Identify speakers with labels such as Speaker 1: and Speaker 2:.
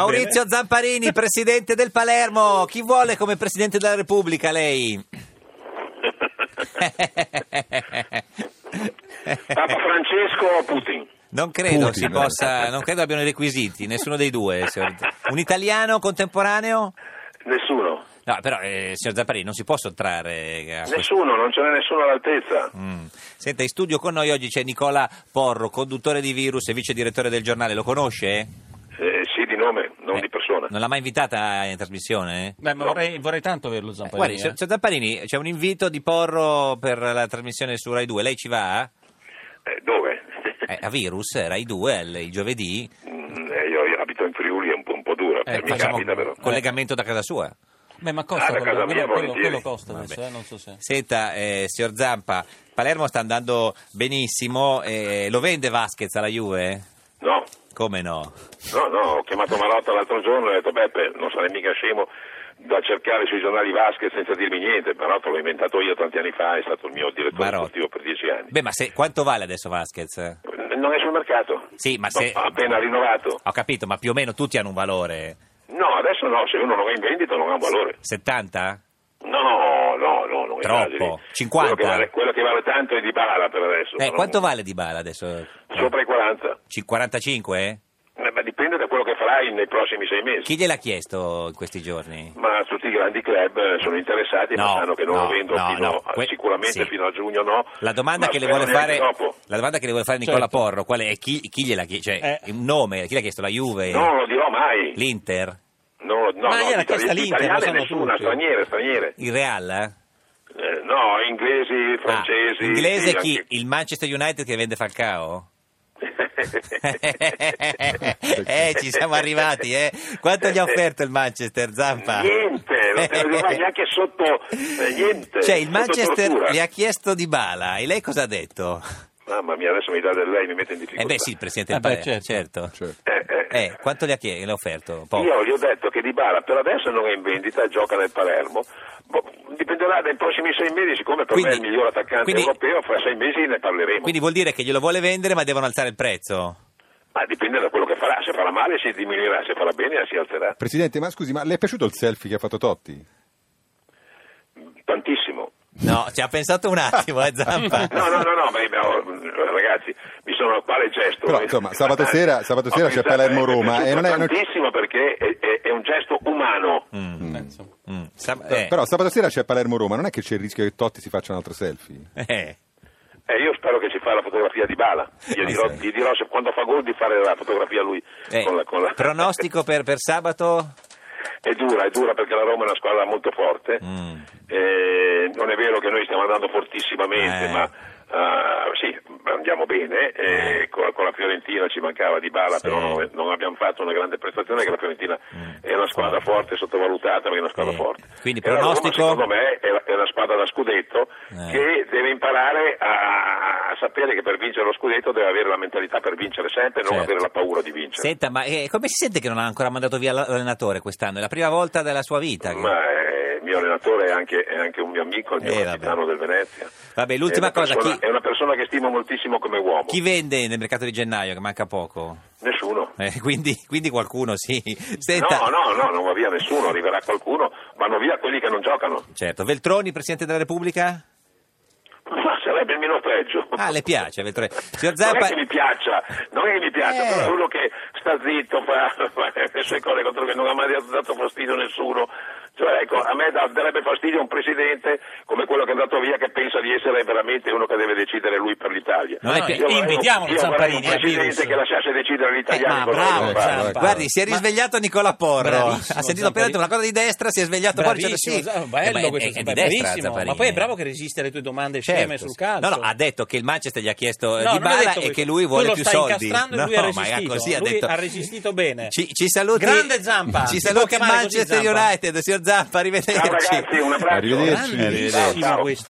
Speaker 1: Maurizio Zamparini, presidente del Palermo, chi vuole come presidente della Repubblica lei?
Speaker 2: Eh. Papa Francesco o Putin?
Speaker 1: Non credo
Speaker 3: Putin.
Speaker 1: si possa, non credo abbiano i requisiti, nessuno dei due. signor- Un italiano contemporaneo?
Speaker 2: Nessuno.
Speaker 1: No, però, eh, signor Zamparini, non si può sottrarre a questo.
Speaker 2: Nessuno, non ce n'è nessuno all'altezza.
Speaker 1: Mm. Senta, in studio con noi oggi c'è Nicola Porro, conduttore di Virus e vice direttore del giornale. Lo conosce?
Speaker 2: Eh, sì, di nome, non
Speaker 1: Eh,
Speaker 2: di persona.
Speaker 1: Non l'ha mai invitata in trasmissione?
Speaker 4: Beh, ma vorrei, vorrei tanto averlo Zamparini.
Speaker 1: Guardi,
Speaker 4: eh.
Speaker 1: signor signor Zamparini, c'è un invito di Porro per la trasmissione su Rai 2. Lei ci va?
Speaker 2: Eh, dove?
Speaker 1: Eh, a Virus, eh, Rai 2, il, il giovedì.
Speaker 2: Mm, eh, io, io abito in Friuli, è un po', un po dura,
Speaker 4: Eh,
Speaker 2: mi
Speaker 4: facciamo-
Speaker 2: capita però.
Speaker 1: Collegamento da casa sua.
Speaker 4: eh. Beh, ma
Speaker 2: Ah,
Speaker 4: costa
Speaker 2: da casa
Speaker 4: quello,
Speaker 2: mia,
Speaker 4: quello, quello-
Speaker 2: volentieri.
Speaker 4: quello costa
Speaker 1: Vabbè.
Speaker 4: adesso, eh, non so se...
Speaker 1: Senta, eh, signor Zampa, Palermo sta andando benissimo. eh, lo vende Vasquez alla Juve?
Speaker 2: No,
Speaker 1: Come no?
Speaker 2: no, no, ho chiamato Marotta l'altro giorno e ho detto, Beppe, non sarei mica scemo da cercare sui giornali Vasquez senza dirmi niente. Marotta l'ho inventato io tanti anni fa, è stato il mio direttore
Speaker 1: Marotta.
Speaker 2: sportivo per dieci anni.
Speaker 1: Beh, ma se- quanto vale adesso Vasquez?
Speaker 2: Non è sul mercato.
Speaker 1: Sì, ma se-
Speaker 2: Ho appena rinnovato.
Speaker 1: Ho capito, ma più o meno tutti hanno un valore.
Speaker 2: No, adesso no, se uno non è in vendita non ha un valore.
Speaker 1: 70?
Speaker 2: No, no, no, non
Speaker 1: Troppo.
Speaker 2: esageri.
Speaker 1: 50?
Speaker 2: Quello che, vale, quello che vale tanto è di Bala per adesso.
Speaker 1: Eh,
Speaker 2: però
Speaker 1: quanto
Speaker 2: non-
Speaker 1: vale Di Bala adesso?
Speaker 2: Sopra i 40.
Speaker 1: 45?
Speaker 2: Eh, ma dipende da quello che farai nei prossimi sei mesi.
Speaker 1: Chi gliel'ha chiesto in questi giorni?
Speaker 2: Ma tutti i grandi club eh, sono interessati,
Speaker 1: No,
Speaker 2: ma sanno che non
Speaker 1: no,
Speaker 2: lo vendono
Speaker 1: no,
Speaker 2: fino
Speaker 1: no,
Speaker 2: a-
Speaker 1: que-
Speaker 2: sicuramente
Speaker 1: sì.
Speaker 2: fino a giugno no.
Speaker 1: La domanda,
Speaker 2: ma
Speaker 1: che le
Speaker 2: spero
Speaker 1: vuole fare,
Speaker 2: neanche dopo.
Speaker 1: la domanda che le vuole fare Nicola
Speaker 4: Certo.
Speaker 1: Porro qual è? Chi, chi gliela chiede? Cioè,
Speaker 4: Eh.
Speaker 1: un nome, chi l'ha chiesto? La Juve?
Speaker 2: Non lo dirò mai.
Speaker 1: L'Inter?
Speaker 2: No, no,
Speaker 4: Ma
Speaker 2: no,
Speaker 4: gliel'ha
Speaker 2: di
Speaker 4: chiesta
Speaker 2: itali-
Speaker 4: l'Inter,
Speaker 2: italiane
Speaker 4: lo sanno
Speaker 2: nessuna,
Speaker 4: tutti.
Speaker 2: straniere, straniere.
Speaker 1: Il Real?
Speaker 2: Eh, no,
Speaker 1: Ah,
Speaker 2: inglesi, francesi.
Speaker 1: inglese
Speaker 2: sì,
Speaker 1: chi?
Speaker 2: anche-
Speaker 1: Il Manchester United che vende Falcao? eh,
Speaker 2: eh,
Speaker 1: ci siamo arrivati, eh. Quanto gli ha offerto il Manchester, Zampa?
Speaker 2: Niente, non te lo fai neanche sotto eh, niente.
Speaker 1: Cioè, il
Speaker 2: sotto
Speaker 1: Manchester
Speaker 2: tortura.
Speaker 1: gli ha chiesto Di Bala e lei cosa ha detto?
Speaker 2: Mamma mia, adesso mi dà del lei, mi mette in difficoltà.
Speaker 1: Eh beh, sì, il presidente
Speaker 4: Eh
Speaker 1: del
Speaker 4: beh,
Speaker 1: Palermo, certo.
Speaker 3: Certo.
Speaker 2: Eh, eh,
Speaker 1: Eh, quanto le ha, chie- le ha offerto? Poco.
Speaker 2: Io gli ho detto che Di Bala per adesso non è in vendita, gioca nel Palermo. Boh, Dipenderà dai prossimi sei mesi, siccome per me è il
Speaker 1: Quindi-
Speaker 2: miglior attaccante
Speaker 1: quindi-
Speaker 2: europeo, fra sei mesi ne parleremo.
Speaker 1: Quindi vuol dire che glielo vuole vendere ma devono alzare il prezzo?
Speaker 2: Ma dipende da quello che farà, se farà male si diminuirà, se farà bene si alzerà.
Speaker 3: Presidente, ma scusi, ma le è piaciuto il selfie che ha fatto Totti?
Speaker 2: Tantissimo.
Speaker 1: No, ci ha pensato un attimo, eh Zampa.
Speaker 2: No, no, no, no, ma io- no, ragazzi, mi sono quale gesto.
Speaker 3: Però, insomma, sabato sera- sabato
Speaker 2: Ho
Speaker 3: sera c'è
Speaker 2: pensato,
Speaker 3: Palermo-Roma,
Speaker 2: eh,
Speaker 3: e non è- non-
Speaker 2: tantissimo perché è, è- è un gesto umano.
Speaker 4: Eh, insomma.
Speaker 1: Mm, sa- eh,
Speaker 3: Però sabato sera c'è Palermo-Roma, non è che c'è il rischio che Totti si faccia un altro selfie?
Speaker 1: eh.
Speaker 2: E io spero che ci fa la fotografia di Bala.
Speaker 3: Ah,
Speaker 2: Gli dirò, gli dirò se- quando fa gol di fare la fotografia lui.
Speaker 1: Eh,
Speaker 2: con la- con la-
Speaker 1: Pronostico per, per sabato?
Speaker 2: è dura, è dura perché la Roma è una squadra molto forte.
Speaker 1: Mm.
Speaker 2: Eh, non è vero che noi stiamo andando fortissimamente,
Speaker 1: Eh.
Speaker 2: ma ah, sì, andiamo bene. Eh, Con, con la Fiorentina ci mancava di Bala,
Speaker 1: Sì. Mm.
Speaker 2: però non, non abbiamo fatto una grande prestazione che la Fiorentina è una squadra forte, sottovalutata, ma è una squadra
Speaker 1: Sì.
Speaker 2: forte.
Speaker 1: Quindi
Speaker 2: E la
Speaker 1: pronostico?
Speaker 2: Roma, secondo me è, la- è una squadra da scudetto
Speaker 1: Eh.
Speaker 2: che deve imparare a, a sapere che per vincere lo scudetto deve avere la mentalità per vincere sempre e
Speaker 1: Certo.
Speaker 2: non avere la paura di vincere.
Speaker 1: Senta, ma eh, come si sente che non ha ancora mandato via l'allenatore quest'anno? È la prima volta della sua vita. che-
Speaker 2: Ma eh, il mio allenatore è anche, è anche un mio amico, il mio
Speaker 1: Eh,
Speaker 2: capitano
Speaker 1: vabbè.
Speaker 2: del Venezia.
Speaker 1: Vabbè, l'ultima
Speaker 2: È una
Speaker 1: cosa,
Speaker 2: persona-
Speaker 1: chi-
Speaker 2: È una persona che stimo moltissimo come uomo.
Speaker 1: Chi vende nel mercato di gennaio, che manca poco?
Speaker 2: Nessuno.
Speaker 1: Eh, quindi, quindi qualcuno, sì. Senta,
Speaker 2: No, no, no, non va via nessuno, arriverà qualcuno, vanno via quelli che non giocano.
Speaker 1: Certo. Veltroni, Presidente della Repubblica?
Speaker 2: Ma sarebbe il meno peggio.
Speaker 1: Ah, le piace Veltroni. Signor
Speaker 2: Non
Speaker 1: Zampa...
Speaker 2: è che mi piaccia, non è che mi piaccia,
Speaker 1: Eh.
Speaker 2: però è uno che sta zitto, fa, fa le sue cose contro che non ha mai dato fastidio a nessuno. Cioè, ecco, a me da- darebbe fastidio un presidente come quello che è andato via che pensa di essere veramente uno che deve decidere lui per l'Italia.
Speaker 1: Non è che-
Speaker 2: vorrei-
Speaker 4: invitiamolo
Speaker 2: io vorrei
Speaker 4: Zamparini,
Speaker 2: un
Speaker 4: eh,
Speaker 2: presidente
Speaker 4: Virus.
Speaker 2: che lasciasse decidere agli
Speaker 1: Eh,
Speaker 2: italiani
Speaker 1: ma
Speaker 4: Ah,
Speaker 2: cosa
Speaker 1: bravo,
Speaker 2: devono fare.
Speaker 3: Zampa.
Speaker 1: Zampa. Guardi, si è risvegliato Nicola Porro. ha sentito
Speaker 4: Bravissimo,
Speaker 1: appena
Speaker 4: Zamparini.
Speaker 1: detto una cosa di destra, si è svegliato poi
Speaker 4: Bravissimo,
Speaker 1: dice, sì.
Speaker 4: Zampa-
Speaker 1: Eh, ma
Speaker 4: bello
Speaker 1: è-
Speaker 4: questo,
Speaker 1: è- è di
Speaker 4: Zampa-
Speaker 1: destra,
Speaker 4: bravissimo.
Speaker 1: Zamparini.
Speaker 4: Ma poi è bravo che resiste alle tue domande sceme
Speaker 1: Certo.
Speaker 4: sul calcio.
Speaker 1: No, no, ha detto che il Manchester gli ha chiesto eh,
Speaker 4: No,
Speaker 1: di
Speaker 4: non ha
Speaker 1: Bala
Speaker 4: detto
Speaker 1: e
Speaker 4: questo.
Speaker 1: che lui vuole
Speaker 4: lo
Speaker 1: più
Speaker 4: sta
Speaker 1: soldi.
Speaker 4: incastrando e lui
Speaker 1: No,
Speaker 4: ha
Speaker 1: ma
Speaker 4: resistito.
Speaker 1: così ha
Speaker 4: Lui
Speaker 1: detto.
Speaker 4: ha resistito bene.
Speaker 1: Ci, ci saluti.
Speaker 4: Grande Zampa.
Speaker 1: Ci
Speaker 4: Si può
Speaker 1: saluti
Speaker 4: chiamare così,
Speaker 1: Manchester
Speaker 4: Zampa.
Speaker 1: United, signor Zampa, arrivederci.
Speaker 2: um Ciao ragazzi, un abbraccio.
Speaker 3: Arrivederci.
Speaker 1: eh,
Speaker 2: Ciao, ciao.
Speaker 4: Grandissimo questo.